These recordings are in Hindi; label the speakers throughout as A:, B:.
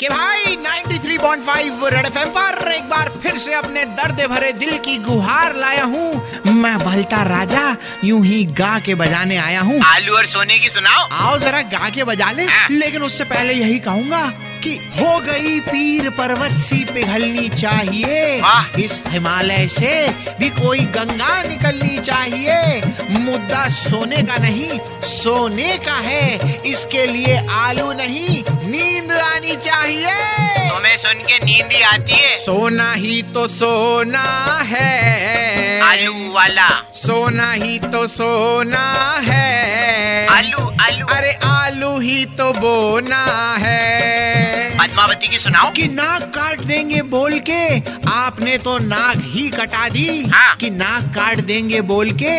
A: कि भाई 93.5 रेड एफएम पर एक बार फिर से अपने दर्द भरे दिल की गुहार लाया हूँ मैं बलता राजा यूं ही गा के बजाने आया हूँ
B: आलू और सोने की सुनाओ
A: आओ जरा गा के बजा ले
B: हाँ।
A: लेकिन उससे पहले यही कहूंगा कि हो गई पीर पर्वत सी पिघलनी
B: वाह।
A: चाहिए इस हिमालय से भी कोई गंगा निकलनी चाहिए मुद्दा सोने का नहीं सोने का है इसके लिए आलू नहीं नींद आनी चाहिए
B: तुम्हें सुन के नींद ही आती है
A: सोना ही तो सोना है
B: आलू वाला
A: सोना ही तो सोना है
B: आलू आलू
A: अरे आलू ही तो बोना है
B: पद्मावती की सुनाओ
A: कि नाक काट देंगे बोल के आपने तो नाक ही कटा दी
B: हाँ।
A: कि नाक काट देंगे बोल के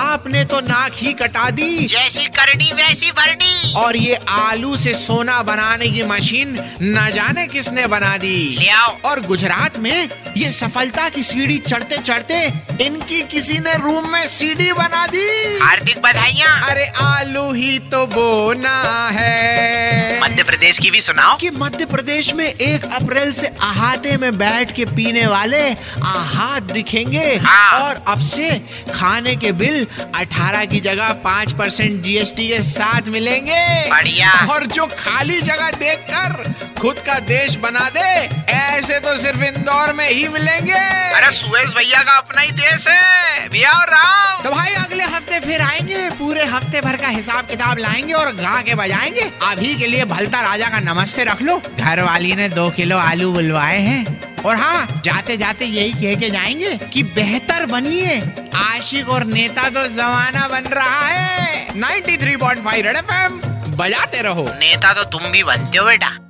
A: आपने तो नाक ही कटा दी
B: जैसी करनी वैसी भरनी
A: और ये आलू से सोना बनाने की मशीन न जाने किसने बना
B: ले
A: दी
B: आओ
A: और गुजरात में ये सफलता की सीढ़ी चढ़ते चढ़ते इनकी किसी ने रूम में सीढ़ी बना दी
B: हार्दिक बधाइयाँ
A: अरे आलू ही तो बोना है
B: मध्य प्रदेश की भी सुनाओ
A: कि मध्य प्रदेश में एक अप्रैल से अहाते में बैठ के पीने वाले अहात दिखेंगे
B: हाँ।
A: और अब से खाने के बिल 18 की जगह 5 परसेंट जीएसटी के साथ मिलेंगे
B: बढ़िया।
A: और जो खाली जगह देखकर खुद का देश बना दे ऐसे तो सिर्फ इंदौर में ही मिलेंगे
B: अरे सुरेश भैया का अपना ही देश है भैया और राम
A: तो भाई अगले हफ्ते फिर आएंगे पूरे हफ्ते भर का हिसाब किताब लाएंगे और गा के बजाएंगे अभी के लिए भलता राजा का नमस्ते रख लो घर वाली ने दो किलो आलू बुलवाए हैं और हाँ जाते जाते यही कह के जाएंगे कि बेहतर बनिए आशिक और नेता तो जमाना बन रहा है 93.5 रेड एफएम बजाते रहो
B: नेता तो तुम भी बनते हो बेटा